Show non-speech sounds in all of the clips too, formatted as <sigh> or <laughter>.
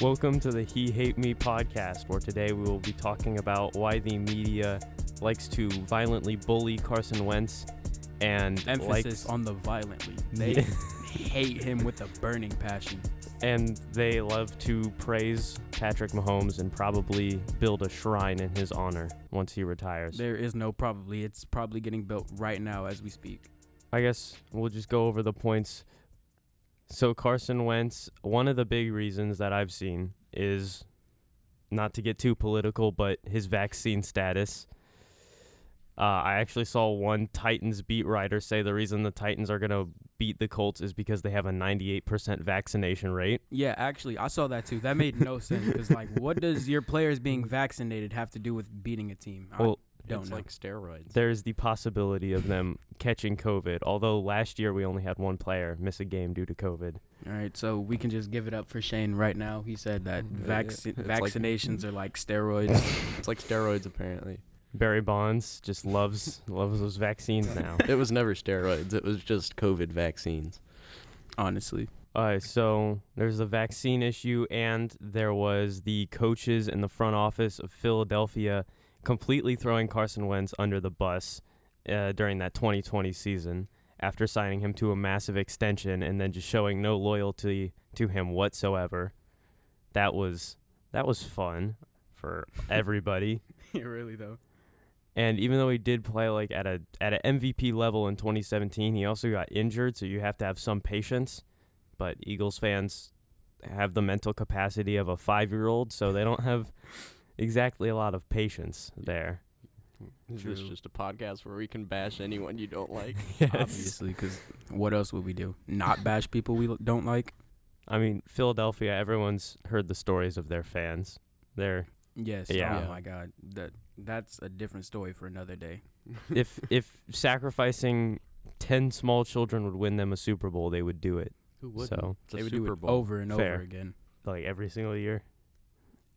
Welcome to the He Hate Me podcast, where today we will be talking about why the media likes to violently bully Carson Wentz and Emphasis likes, on the violently. They hate him with a burning <laughs> passion. and they love to praise Patrick Mahomes and probably build a shrine in his honor once he retires. There is no probably. It's probably getting built right now as we speak. I guess we'll just go over the points. So Carson Wentz, one of the big reasons that I've seen is not to get too political, but his vaccine status. Uh, I actually saw one Titans beat writer say the reason the Titans are going to beat the Colts is because they have a 98% vaccination rate. Yeah, actually, I saw that too. That made <laughs> no sense because, like, what does your players being vaccinated have to do with beating a team? I Well, don't it's know. like steroids. There's the possibility of them catching COVID, although last year we only had one player miss a game due to COVID. All right, so we can just give it up for Shane right now. He said that vaccin It's like- vaccinations are <laughs> like steroids. It's like steroids, apparently. Barry Bonds just loves loves those <laughs> vaccines now. It was never steroids. It was just COVID vaccines. <laughs> honestly, All right, so there's the vaccine issue, and there was the coaches and the front office of Philadelphia completely throwing Carson Wentz under the bus uh, during that 2020 season after signing him to a massive extension and then just showing no loyalty to him whatsoever. That was that was fun for everybody. yeah, really though. And even though he did play like at a at an MVP level in 2017, he also got injured, so you have to have some patience. But Eagles fans have the mental capacity of a 5-year-old, so they don't have exactly a lot of patience there. Is this True. <laughs> just a podcast where we can bash anyone you don't like? <laughs> Obviously, <laughs> because what else would we do? Not bash people we l- don't like. I mean, Philadelphia, everyone's heard the stories of their fans. They're Yes. Yeah. Oh my God. That that's a different story for another day. <laughs> if if sacrificing 10 small children would win them a Super Bowl, they would do it. Who So, It's a they would Super do it Oh, Bowl. over and Fair. over again. like every single year.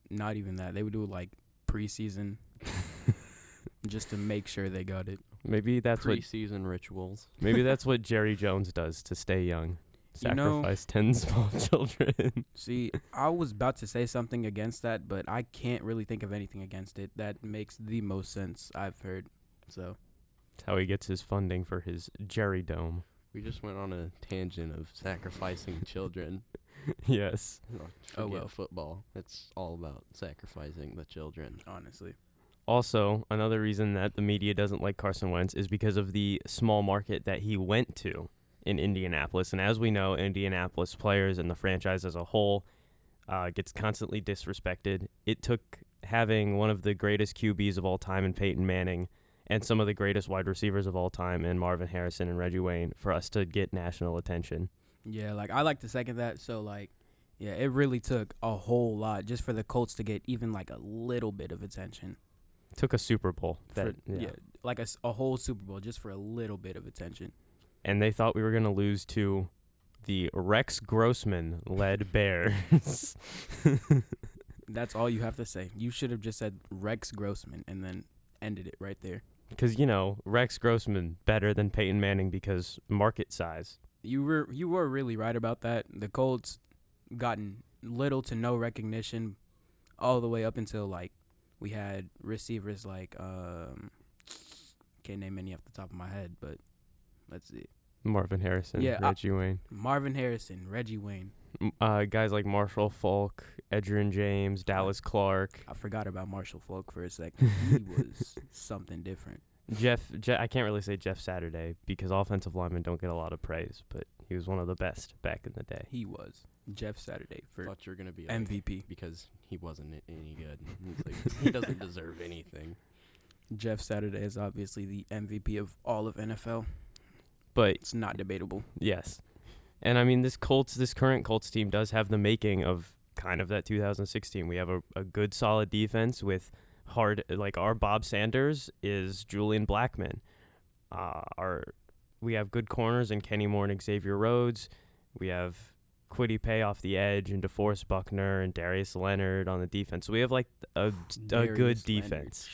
Not even that. They would do it like <laughs> preseason, just to make sure they got it. Maybe that's what Preseason rituals. Maybe that's what Jerry Jones does to stay young. You know- Sacrifice ten <laughs> small children. See, I was about to say something against that, but I can't really think of anything against it. That makes the most sense I've heard. So That's how he gets his funding for his Jerry Dome. <laughs> We just went on a tangent of sacrificing children. yes. Oh, well. oh well, football. It's all about sacrificing the children. honestly, Also, another reason that the media doesn't like Carson Wentz is because of the small market that he went to in Indianapolis. And as we know, Indianapolis players and the franchise as a whole uh, gets constantly disrespected. It took having one of the greatest QBs of all time in Peyton Manning and some of the greatest wide receivers of all time in Marvin Harrison and Reggie Wayne for us to get national attention. yeah, like I like to second that. So like, yeah, it really took a whole lot just for the Colts to get even like a little bit of attention. Took a Super Bowl. That, for, yeah. like a, s- a whole Super Bowl just for a little bit of attention. and they thought we were going to lose to the Rex Grossman <laughs> led Bears. That's all you have to say. You should have just said Rex Grossman and then ended it right there. Because, you know, Rex Grossman better than Peyton Manning because market size. You were you were really right about that. The Colts gotten little to no recognition all the way up until like we had receivers like um can't name any off the top of my head, but let's see. Marvin Harrison, Yeah, I- Reggie Wayne. Marvin Harrison, Reggie Wayne. M- Uh, guys like Marshall Falk, Edgerrin James, Dallas Clark, I forgot about Marshall Falk for a second. He was something different. Jeff, Je- I can't really say Jeff Saturday because offensive linemen don't get a lot of praise, but he was one of the best back in the day. He was Jeff Saturday for Thought you were gonna be like, MVP. because he wasn't a- any good. He's like, he doesn't deserve anything. Jeff Saturday is obviously the MVP of all of NFL. But It's not debatable. Yes. And I mean this Colts this current Colts team does have the making of kind of that 2016. We have a, a good solid defense with hard like our Bob Sanders is Julian Blackman. Uh, our we have good corners in Kenny Moore and Xavier Rhodes. We have Quiddy Pay off the edge and DeForest Buckner and Darius Leonard on the defense. So we have like a, a Darius good Leonard. defense.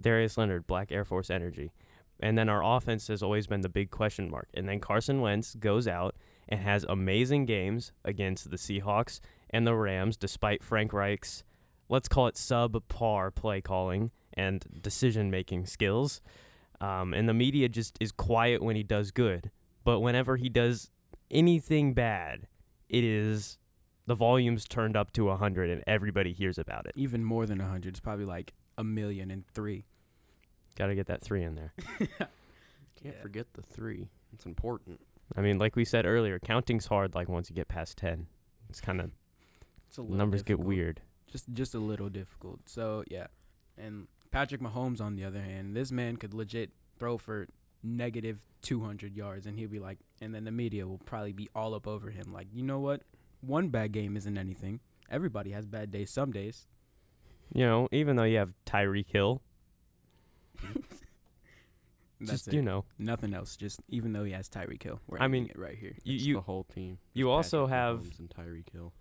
Darius Leonard, Black Air Force Energy. And then our offense has always been the big question mark. And then Carson Wentz goes out and has amazing games against the Seahawks and the Rams, despite Frank Reich's, let's call it subpar play calling and decision making skills. Um, and the media just is quiet when he does good. But whenever he does anything bad, it is the volume's turned up to 100 and everybody hears about it. Even more than 100. It's probably like a million <laughs> and three. Got to get that three in there. Can't Yeah. forget the three. It's important. I mean, like we said earlier, counting's hard like once you get past 10. It's kind of It's a little numbers get difficult. weird. Just just a little difficult. So, yeah. And Patrick Mahomes on the other hand, this man could legit throw for negative 200 yards and he'll be like and then the media will probably be all up over him like, "You know what? One bad game isn't anything. Everybody has bad days some days." You know, even though you have Tyreek Hill, That's just it. you know, nothing else. Just even though he has Tyreek Hill, we're I ending mean, it right here. you It's you the whole team. you It's also Patrick have- Mahomes and Tyreek Hill.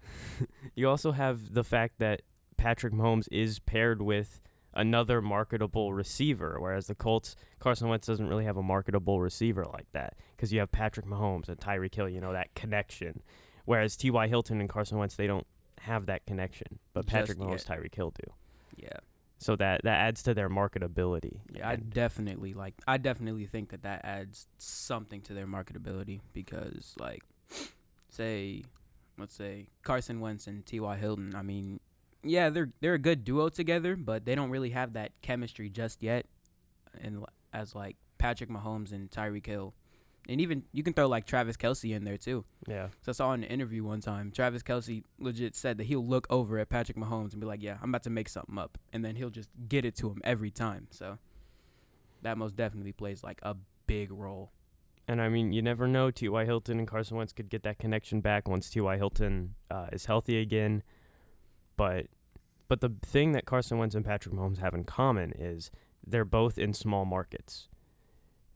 You also have the fact that Patrick Mahomes is paired with another marketable receiver, whereas the Colts, Carson Wentz doesn't really have a marketable receiver like that because you have Patrick Mahomes and Tyreek Hill, you know, that connection. Whereas T.Y. Hilton and Carson Wentz, they don't have that connection, but Just Patrick yet. Mahomes, Tyreek Hill do. Yeah. So that, that adds to their marketability. Yeah, I And definitely like. I definitely think that that adds something to their marketability because, like, say, let's say Carson Wentz and T.Y. Hilton. I mean, yeah, they're they're a good duo together, but they don't really have that chemistry just yet. And l- as like Patrick Mahomes and Tyreek Hill, and even you can throw like Travis Kelsey in there too. yeah. So I saw in an interview one time, Travis Kelsey legit said that he'll look over at Patrick Mahomes and be like, "Yeah, I'm about to make something up," and then he'll just get it to him every time. So that most definitely plays like a big role. And I mean, you never know. T.Y. Hilton and Carson Wentz could get that connection back once T.Y. Hilton uh, is healthy again. But but the thing that Carson Wentz and Patrick Mahomes have in common is they're both in small markets.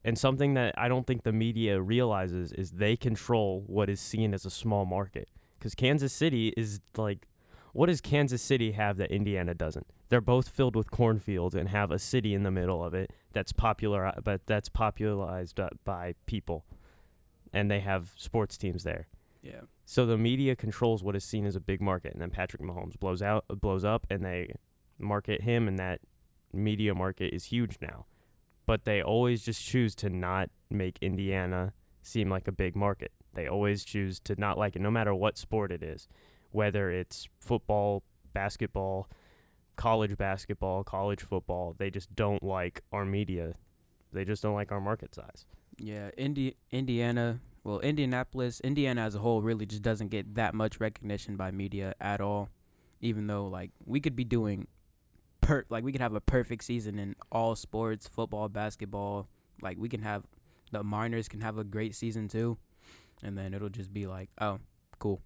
And something that I don't think the media realizes is they control what is seen as a small market. Because Kansas City is like, what does Kansas City have that Indiana doesn't? They're both filled with cornfields and have a city in the middle of it that's popular uh, but that's popularized uh, by people and they have sports teams there Yeah, so the media controls what is seen as a big market and then Patrick Mahomes blows out blows up and they market him and that media market is huge now but they always just choose to not make Indiana seem like a big market they always choose to not like it no matter what sport it is whether it's football basketball college basketball college football they just don't like our media they just don't like our market size yeah. Indi- Indiana, well, Indianapolis, Indiana as a whole really just doesn't get that much recognition by media at all. Even though like we could be doing, per like we could have a perfect season in all sports, football, basketball. Like we can have the minors can have a great season too, and then it'll just be like, oh, cool.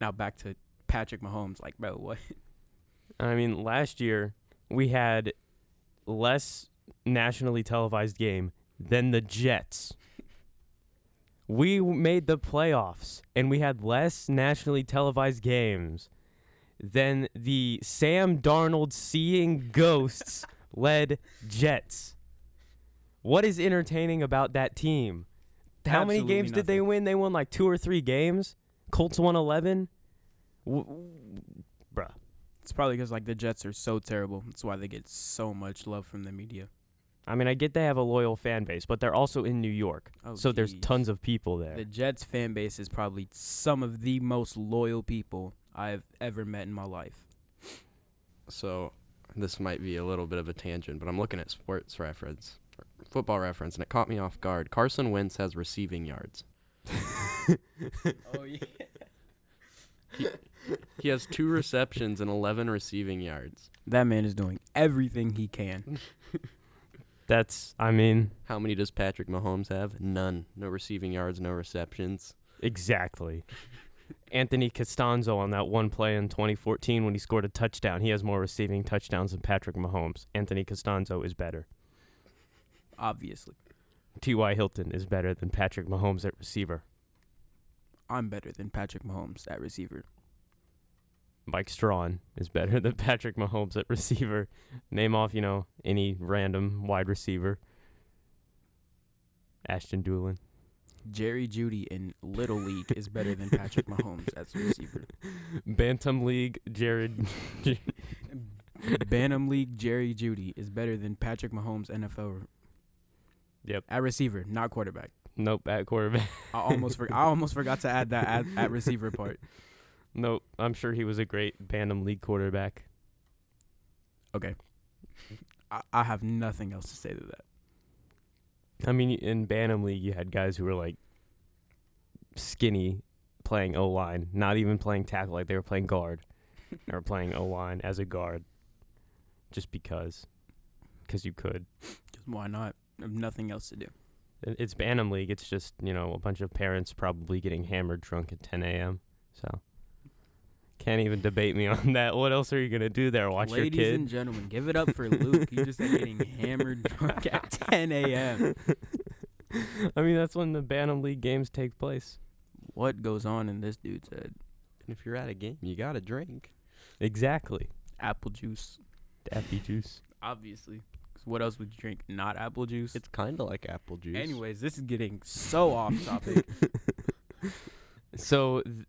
Now back to Patrick Mahomes. Like, bro, what? I mean, last year we had less nationally televised game than the Jets. We w- made the playoffs and we had less nationally televised games than the Sam Darnold seeing <laughs> ghosts led Jets. What is entertaining about that team? How many Absolutely games did they nothing. win? They won like two or three games. Colts won 11. W- bruh. It's probably because like the Jets are so terrible. That's why they get so much love from the media. I mean, I get they have a loyal fan base, but they're also in New York, Oh, so there's geez. tons of people there. The Jets fan base is probably some of the most loyal people I've ever met in my life. So this might be a little bit of a tangent, but I'm looking at sports reference, or football reference, and it caught me off guard. Carson Wentz has receiving yards. Oh yeah. <laughs> He has two receptions and 11 receiving yards. That man is doing everything he can. That's, I mean, How many does Patrick Mahomes have? None. No receiving yards, no receptions. exactly. <laughs> Anthony Costanzo on that one play in 2014 when he scored a touchdown, he has more receiving touchdowns than Patrick Mahomes. Anthony Costanzo is better. Obviously. T.Y. Hilton is better than Patrick Mahomes at receiver. I'm better than Patrick Mahomes at receiver. Mike Strawn is better than <laughs> Patrick Mahomes at receiver. Name off, you know, any random wide receiver. Ashton Doolin. Jerry Judy in Little League is better than Patrick Mahomes as a <laughs> receiver. <laughs> Bantam League, Jared. Bantam League Jerry Judy is better than Patrick Mahomes NFL. re- Yep. At receiver, not quarterback. nope, at quarterback. <laughs> I almost for- I almost forgot to add that at, at receiver part. Nope, I'm sure he was a great Bantam League quarterback. I, I have nothing else to say to that. I mean, in Bantam League, you had guys who were like skinny playing O line, not even playing tackle, like they were playing guard. <laughs> they were playing O line as a guard just because. Because you could. Just why not? I have nothing else to do. It- It's Bantam League. It's just, you know, a bunch of parents probably getting hammered drunk at 10 a.m. So, can't even debate me <laughs> on that. What else are you going to do there? Watch Ladies your kid? and gentlemen, give it up for Luke. He just said <laughs> getting hammered drunk at 10 a.m. I mean, that's when the Bantam League games take place. What goes on in this dude's head? And if you're at a game, you gotta drink. Exactly. Apple juice, Daffy juice. obviously. 'Cause what else would you drink? Not apple juice. It's kind of like apple juice. Anyways, this is getting so off <laughs> topic. So th-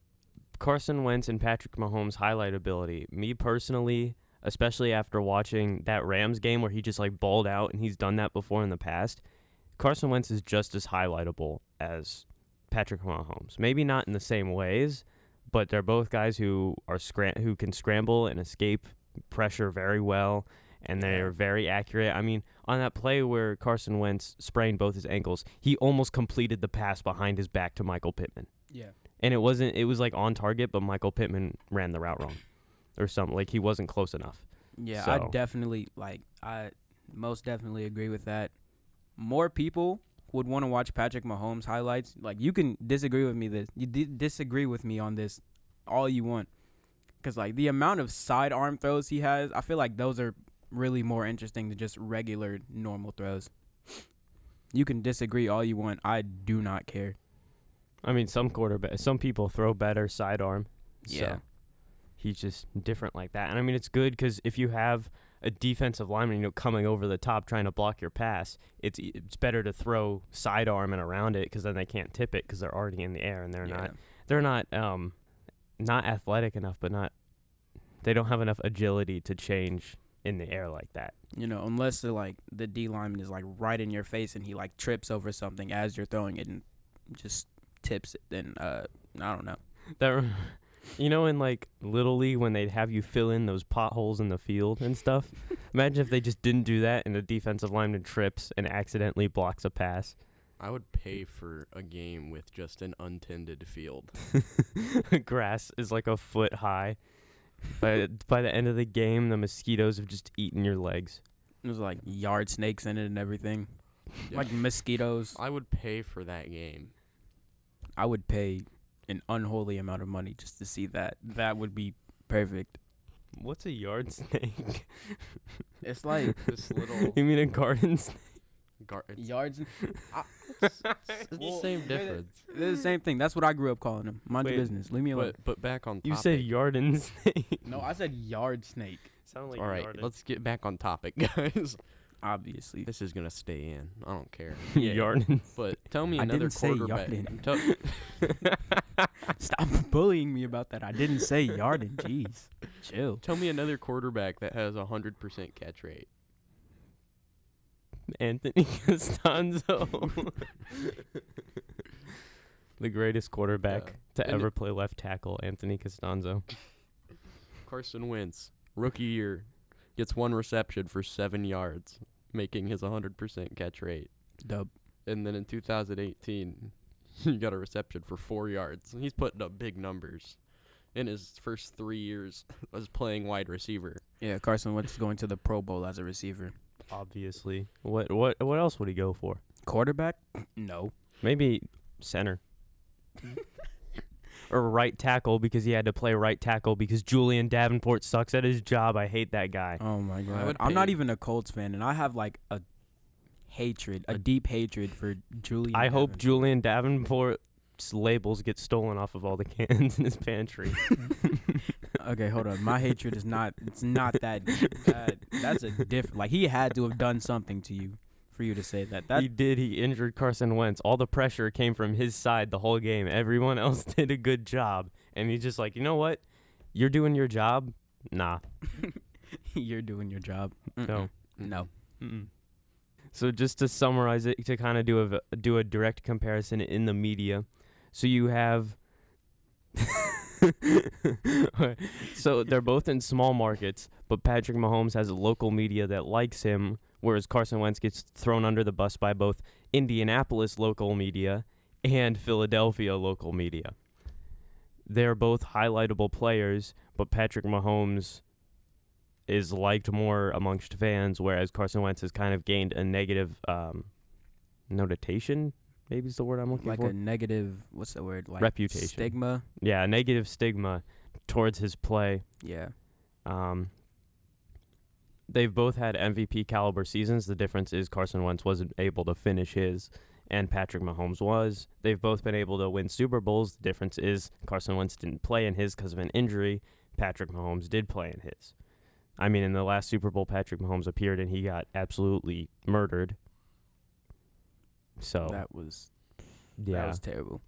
Carson Wentz and Patrick Mahomes' highlight ability. Me personally, especially after watching that Rams game where he just like balled out and he's done that before in the past, Carson Wentz is just as highlightable as Patrick Mahomes. Maybe not in the same ways, but they're both guys who are scram- who can scramble and escape pressure very well and they're very accurate. I mean, on that play where Carson Wentz sprained both his ankles, he almost completed the pass behind his back to Michael Pittman yeah. and it wasn't it was like on target but michael pittman ran the route wrong or something like he wasn't close enough Yeah, I So- definitely like I most definitely agree with that. More people would want to watch Patrick Mahomes highlights. Like you can disagree with me this you di- disagree with me on this all you want. Cuz like the amount of sidearm throws he has, I feel like those are really more interesting than just regular normal throws. You can disagree all you want. I do not care. i mean some quarterback some people throw better sidearm Yeah. so he's just different like that and i mean it's good because if you have a defensive lineman you know coming over the top trying to block your pass it's e- it's better to throw sidearm and around it because then they can't tip it because they're already in the air and they're Yeah. not they're not um not athletic enough but not they don't have enough agility to change in the air like that You know, unless the like the D lineman is like right in your face and he like trips over something as you're throwing it and just tips it, then uh I don't know. That, rem- <laughs> you know, in like Little League when they'd have you fill in those potholes in the field and <laughs> stuff. Imagine if they just didn't do that and the defensive lineman trips and accidentally blocks a pass. <laughs> I would pay for a game with just an untended field. Grass is like a foot high. By <laughs> by the end of the game, the mosquitoes have just eaten your legs. There's like yard snakes in it and <laughs> everything. Yeah. Like mosquitoes. I would pay for that game. I would pay an unholy amount of money just to see that. That would be perfect. What's a yard <laughs> snake? It's like This <laughs> little you mean a garden snake? gar- it's, yards <laughs> it's the Well, same wait a- difference. they're the same thing. That's what I grew up calling them. Mind your Wait, business. Leave me alone. But but back on topic. You said yarden <laughs> snake. No, I said yard snake. Sound like All right, yarden. let's get back on topic, <laughs> guys. <laughs> Obviously. this is gonna stay in. I don't care. <laughs> <laughs> Yeah. yarden. But tell me I another didn't say quarterback. Yarden. <laughs> Tell- <laughs> Stop bullying me about that. I didn't say Yarden. <laughs> Jeez. Chill. tell me another quarterback that has a hundred percent catch rate. Anthony <laughs> Costanzo. <laughs> the greatest quarterback to And- ever play left tackle, Anthony Costanzo. Carson Wentz, rookie year, gets one reception for seven yards, making his 100% catch rate. Dub. And then in 2018, <laughs> he got a reception for four yards. He's putting up big numbers in his first three years as playing wide receiver. Yeah, Carson Wentz is going to the Pro Bowl as a receiver. Obviously. What what what else would he go for? Quarterback? <clears throat> No. Maybe <laughs> center. or right tackle because he had to play right tackle because Julian Davenport sucks at his job. I hate that guy. Oh my god. would I'm not pay- even a Colts fan, and I have like a hatred, a deep hatred for Julian. I hope Davenport. Julian Davenport's labels get stolen off of all the <laughs> cans in his pantry. <laughs> okay, hold on. My hatred <laughs> <laughs> is not. It's not that. deep. that that's a different. Like he had to have done something to you for you to say that. That he did. He injured Carson Wentz. All the pressure came from his side the whole game. Everyone <laughs> else did a good job, and he's just like, you know what? You're doing your job. Nah. <laughs> you're doing your job. No. Mm-mm. no. Mm-mm. So just to summarize it, to kind of do a v- do a direct comparison in the media, so you have. <laughs> so they're both in small markets, but Patrick Mahomes has local media that likes him, whereas Carson Wentz gets thrown under the bus by both Indianapolis local media and Philadelphia local media. They're both highlightable players, but Patrick Mahomes is liked more amongst fans, whereas Carson Wentz has kind of gained a negative um, notation. Maybe is the word I'm looking Like for. a negative. What's the word? Like Reputation. Stigma. yeah, a negative stigma towards his play. Yeah. Um, they've both had MVP caliber seasons. The difference is Carson Wentz wasn't able to finish his, and Patrick Mahomes was. They've both been able to win Super Bowls. The difference is Carson Wentz didn't play in his because of an injury. Patrick Mahomes did play in his. I mean, in the last Super Bowl, Patrick Mahomes appeared and he got absolutely murdered. So That was Oh. yeah, that was terrible.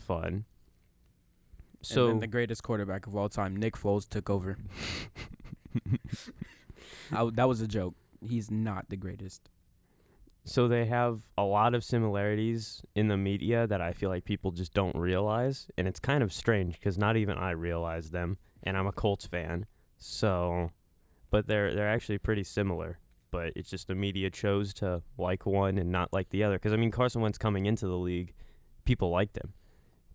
fun. So So the greatest quarterback of all time, Nick Foles, took <laughs> over. I w that was a joke. He's not the greatest. so they have a lot of similarities in the media that I feel like people just don't realize, and it's kind of strange because not even I realize them, and I'm a Colts fan, so, but they're they're actually pretty similar, but it's just the media chose to like one and not like the other because I mean Carson Wentz coming into the league, people liked him,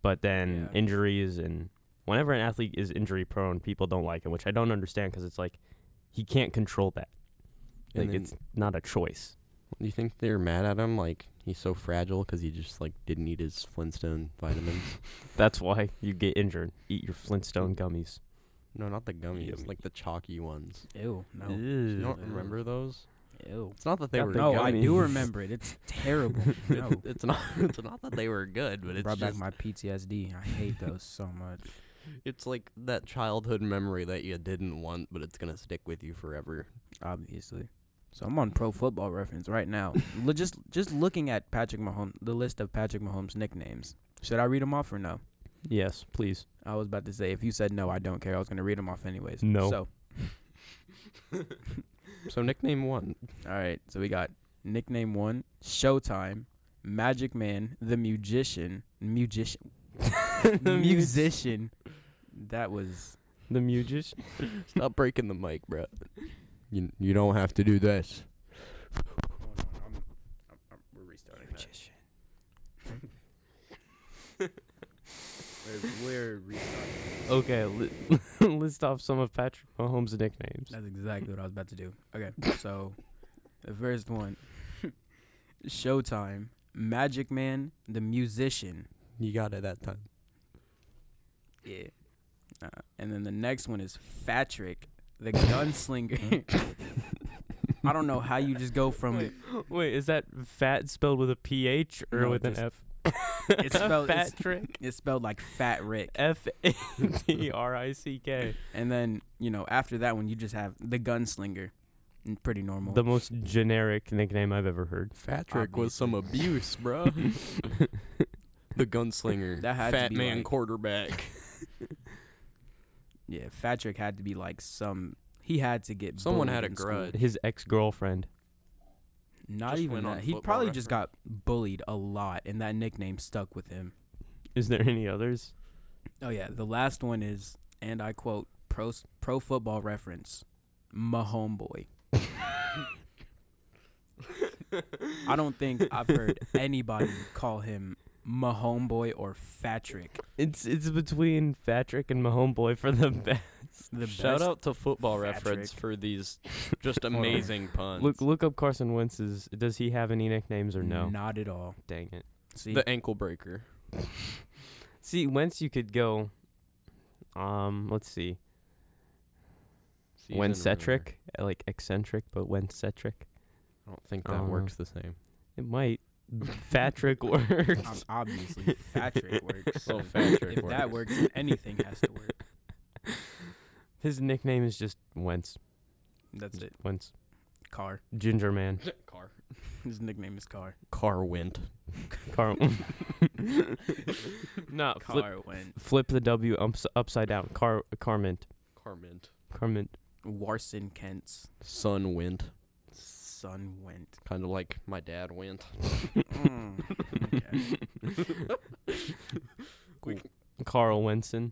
but then Yeah. injuries and whenever an athlete is injury prone, people don't like him, which I don't understand because it's like he can't control that, And like then- it's not a choice. Do you think they're mad at him? Like he's so fragile because he just like didn't eat his Flintstone vitamins. <laughs> That's why you get injured. Eat your Flintstone gummies. no, not the gummies, Yummy. like the chalky ones. Ew, no. You <laughs> don't remember those? Ew. It's not that they Got were. the No, gummies. I <laughs> do remember it. It's terrible. No. <laughs> It's not. It's not that they were good, <laughs> but it's Brought back just my PTSD. I hate those so much. It's like that childhood memory that you didn't want, but it's gonna stick with you forever. obviously. So I'm on Pro Football Reference right <laughs> now. Lo- just just looking at Patrick Mahomes, the list of Patrick Mahomes nicknames. Should I read them off or no? Yes, please. I was about to say if you said no, I don't care. I was gonna read them off anyways. No. So So nickname one. all right. So we got nickname one, Showtime, Magic Man, the Musician, <laughs> Musician, The mu- Musician. That was The Mugis. Stop breaking the mic, bro. You you don't have to do this. Hold on, I'm, I'm, I'm, we're restarting that. we're, we're restarting. Okay, li- <laughs> list off some of Patrick Mahomes' nicknames. That's exactly what I was about to do. Okay, so the first one, Showtime, Magic Man, the musician. You got it that time. Yeah. Uh, and then the next one is Fatrick, the <laughs> gunslinger. I don't know how you just go from Wait, is that fat spelled with a PH or No, with an just- F? <laughs> it's spelled- fat it's- it's spelled like Fat Rick, F A T R I C <laughs> K. and then you know after that one you just have the gunslinger, N- pretty normal. The most generic nickname I've ever heard. Fatrick was some abuse, bro. <laughs> the gunslinger. That had to fat be man like- quarterback. yeah, Fatrick had to be like some. He had to get Someone had bullied a in school. grudge. His ex girlfriend. Not Just even went on that. He Football probably just got bullied a lot, and that nickname stuck with him. Is there any others? Oh yeah, the last one is, and I quote, "Pro s- Pro Football Reference, my homeboy." I don't think I've <laughs> heard anybody call him my homeboy or Fatrick. It's it's between Patrick and my homeboy for the <laughs> best. The Shout best. out to Football Reference Fatrick. for these just on. amazing puns. Look look up Carson Wentz's. Does he have any nicknames or no? Not at all. Dang it. <laughs> See, the ankle breaker. See, whence you could go. Um, let's see. Season When ruiner. centric, Uh, like eccentric, but when centric, I don't think I that don't know. works the same. it might. Fatrick <laughs> works. um, obviously Fatrick works. Oh, Fatrick if that works, <laughs> anything has to work. His nickname is just Wentz. That's it. Wentz. Carr. Ginger man. <laughs> Car. His nickname is Carr. Car went. Carl. <laughs> no, flip, Carr went flip the W ups, upside down. Car Carment. Carment. Carment. Warson Kent's Son went. son <laughs> went. Kind of like my dad went. okay. Carl Wenson.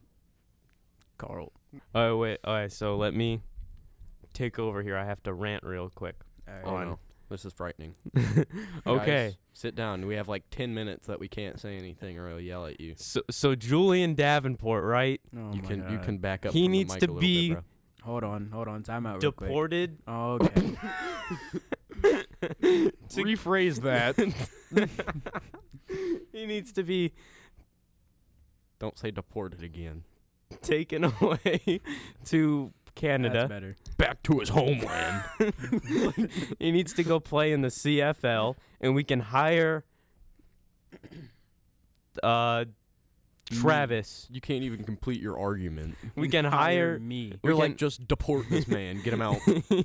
Carl. Oh wait. All right. So let me take over here. I have to rant real quick. All Oh right. no, this is frightening. <laughs> Okay. Guys, sit down. We have like ten minutes that we can't say anything or I'll yell at you. So so Julian Davenport, right? Oh you my can you God. can back up. He from the needs mic to a little be- Bit, bro. hold on, hold on. Time out real quick. Oh, Deported. Okay. To- Rephrase that. <laughs> he needs to be Don't say deported again. taken <laughs> away to That's <laughs> Canada. better. Back to his <laughs> homeland. <laughs> He needs to go play in the CFL, and we can hire uh, Travis. you can't even complete your argument. We can hire. me. We You're like can- just deport this man. <laughs> Get him out.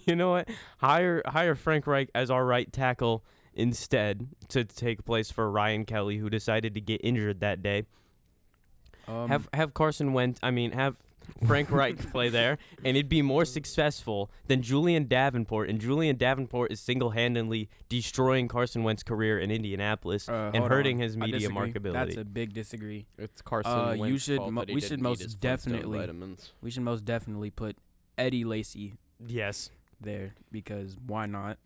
you know what? Hire hire Frank Reich as our right tackle instead to take place for Ryan Kelly, who decided to get injured that day. Um, have have Carson Wentz. I mean, have Frank Reich <laughs> play there, and it'd be more successful than Julian Davenport. And Julian Davenport is single-handedly destroying Carson Wentz's career in Indianapolis uh, and hold hurting on. his I media disagree. marketability. That's a big disagree. It's Carson. Uh, you Wentz's should fault mo- that he we should didn't eat most his Flintstone definitely- Vitamins. We should most definitely put Eddie Lacy yes, there because why not?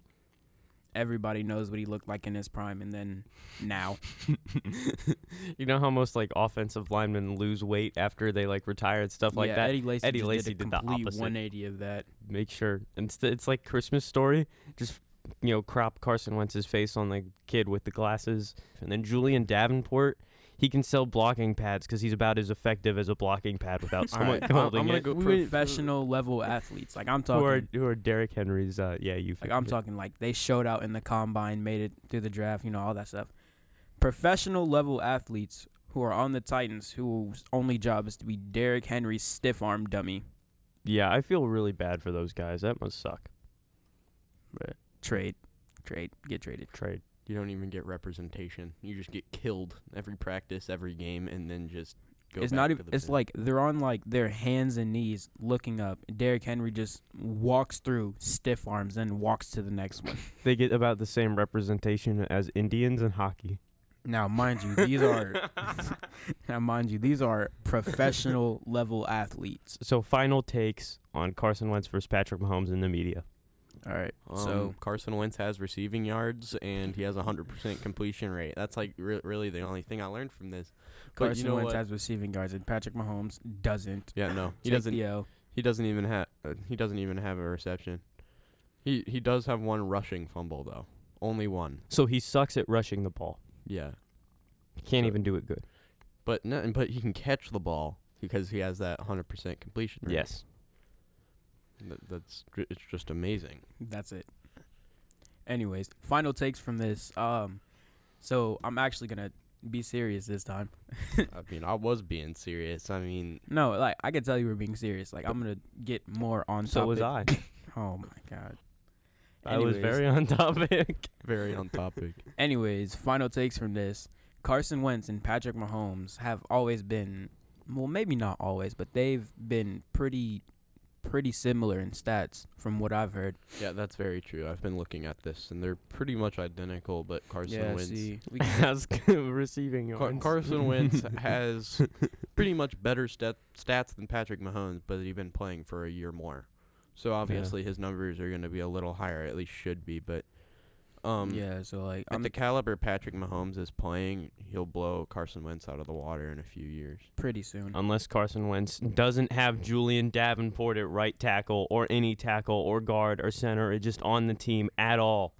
Everybody knows what he looked like in his prime, and then now. <laughs> you know how most like offensive linemen lose weight after they like retire and stuff like yeah, that. Eddie Lacy, Eddie just Lacy did a did the complete opposite. 180 of that. Make sure it's it's like Christmas story. Just you know, crop Carson Wentz's face on the kid with the glasses, and then Julian Davenport. He can sell blocking pads because he's about as effective as a blocking pad <laughs> without All right, someone I'm- holding I'm gonna it. go prof- Professional level athletes, like I'm who are talking, who are Derrick Henry's? Uh, yeah, you. like I'm figured talking, like they showed out in the combine, made it through the draft, you know, all that stuff. Professional level athletes who are on the Titans, whose only job is to be Derrick Henry's stiff arm dummy. it. Yeah, I feel really bad for those guys. That must suck. Trade, trade, get traded. Trade. You don't even get representation. You just get killed every practice, every game, and then just go. it's back not to even. the It's pit. like they're on like their hands and knees looking up. Derrick Henry just walks through stiff arms, then walks to the next <laughs> one. They get about the same representation as Indians in hockey. Now, mind you, these are <laughs> now mind you, these are <laughs> professional level athletes. <laughs> So, final takes on Carson Wentz versus Patrick Mahomes in the media. All right, Um, so Carson Wentz has receiving yards and he has a hundred percent completion rate. That's like re- really the only thing I learned from this. but you Carson know Wentz what? has receiving yards, and Patrick Mahomes doesn't. Yeah, <laughs> no, he Take doesn't. the L. He doesn't even have. Uh, he doesn't even have a reception. He he does have one rushing fumble though. Only one. So he sucks at rushing the ball. Yeah, Can't So- even do it good. but no, but he can catch the ball because he has that hundred percent completion. Rate. Yes. Th- that's ju- it's just amazing. That's it. Anyways, final takes from this. Um, so I'm actually gonna be serious this time. I mean, I was being serious. I mean, No, like I could tell you were being serious. Like I'm gonna get more on. So was topic. I. Oh my god. <laughs> I was Anyways. very <laughs> on topic. very <laughs> on topic. Anyways, final takes from this. Carson Wentz and Patrick Mahomes have always been, well, maybe not always, but they've been pretty, pretty similar in stats from what I've heard. yeah, that's very true. I've been looking at this, and they're pretty much identical. But Carson <laughs> <laughs> Wentz, we, As receiving Car- yards. Carson Wentz has pretty much better stat- stats than Patrick Mahomes, but he's been playing for a year more. So obviously his numbers are going to be a little higher, at least should be. But um, yeah. So like, at I'm the caliber Patrick Mahomes is playing, he'll blow Carson Wentz out of the water in a few years. pretty soon. Unless Carson Wentz doesn't have Julian Davenport at right tackle or any tackle or guard or center or just on the team at all.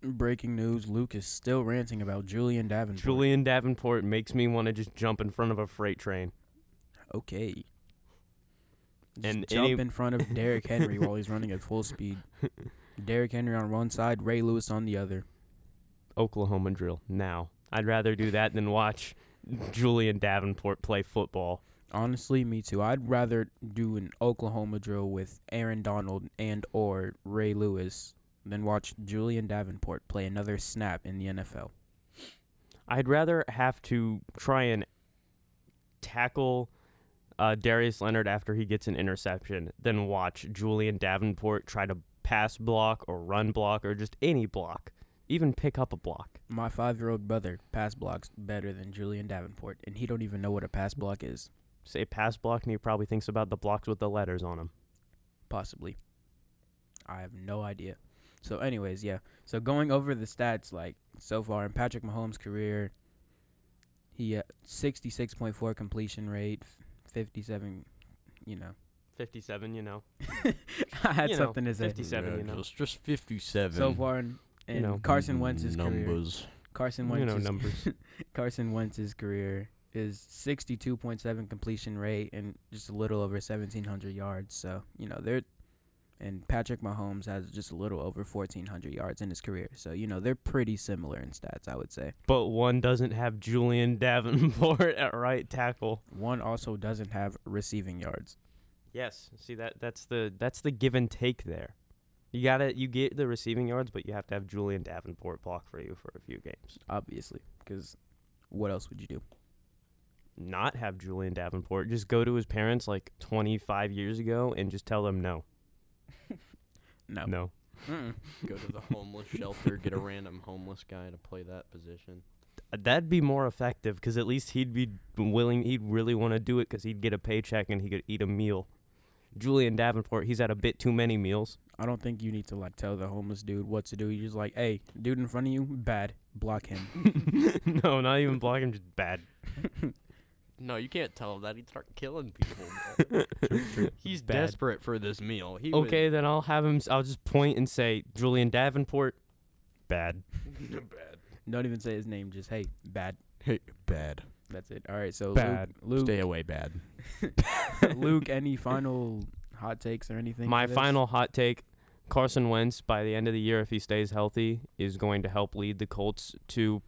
Breaking news: Luke is still ranting about Julian Davenport. Julian Davenport makes me want to just jump in front of a freight train. Okay. Just And jump any- in front of Derrick Henry while he's running at full speed. <laughs> Derrick Henry on one side, Ray Lewis on the other. Oklahoma drill now. I'd rather do that than watch <laughs> Julian Davenport play football. Honestly, me too. I'd rather do an Oklahoma drill with Aaron Donald and or Ray Lewis than watch Julian Davenport play another snap in the NFL. I'd rather have to try and tackle uh, Darius Leonard after he gets an interception than watch Julian Davenport try to pass block or run block or just any block, even pick up a block. My five-year-old brother pass blocks better than Julian Davenport, and he don't even know what a pass block is. Say pass block, and he probably thinks about the blocks with the letters on them. Possibly, I have no idea. So, anyways, yeah. So going over the stats, like so far in Patrick Mahomes' career, he uh, sixty-six point four completion rate, fifty-seven. You know, 57, you know. <laughs> I had You know, something to say. 50 57, you know. Just, just 57. So far in, in You know, Carson Wentz's career, numbers. Carson You know Wentz's numbers. Carson Wentz's career is 62.7 completion rate and just a little over 1700 yards. So, you know, they're and Patrick Mahomes has just a little over 1400 yards in his career. So, you know, they're pretty similar in stats, I would say. but one doesn't have Julian <laughs> Davenport at right tackle. One also doesn't have receiving yards. Yes. See that that's the that's the give and take there. You gotta you get the receiving yards, but you have to have Julian Davenport block for you for a few games. obviously, because what else would you do? Not have Julian Davenport. Just go to his parents like twenty five years ago and just tell them no. No. No. Mm-mm. Go to the homeless shelter, get a random homeless guy to play that position. That'd be more effective because at least he'd be willing. He'd really want to do it because he'd get a paycheck and he could eat a meal. Julian Davenport, he's had a bit too many meals. <laughs> I don't think you need to like tell the homeless dude what to do. You're just like, hey, dude in front of you, bad, block him. no, not even block him. Just bad. No, you can't tell him that. He'd start killing <laughs> people. He's Bad. desperate for this meal. He was- Okay, then I'll have him. s- I'll just point and say Julian Davenport, bad. <laughs> bad. Don't even say his name. Just hey, bad. Hey, bad. That's it. All right. So Bad. Luke, <laughs> Luke, away, bad. Luke, any final hot takes or anything? My for this? final hot take Carson Wentz, by the end of the year, if he stays healthy, is going to help lead the Colts to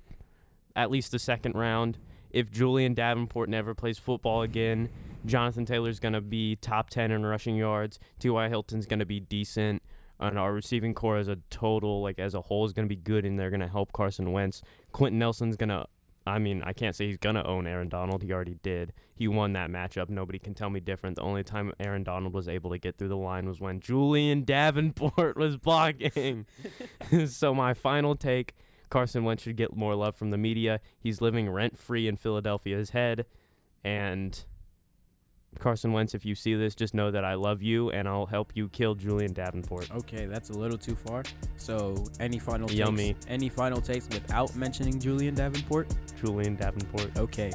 at least the second round. If Julian Davenport never plays football again, Jonathan Taylor's going to be top 10 in rushing yards. T.Y. Hilton's going to be decent. And our receiving core as a total, like as a whole, is going to be good, and they're going to help Carson Wentz. Quentin Nelson's going to, I mean, I can't say he's going to own Aaron Donald. He already did he won that matchup. Nobody can tell me different. The only time Aaron Donald was able to get through the line was when Julian <laughs> Davenport was blocking. <laughs> so my final take, Carson Wentz should get more love from the media. He's living rent free in Philadelphia's head and Carson Wentz, if you see this, just know that I love you and I'll help you kill Julian Davenport. Okay, that's a little too far. So any final Yummy. takes, any final takes without mentioning Julian Davenport? Julian Davenport. Okay,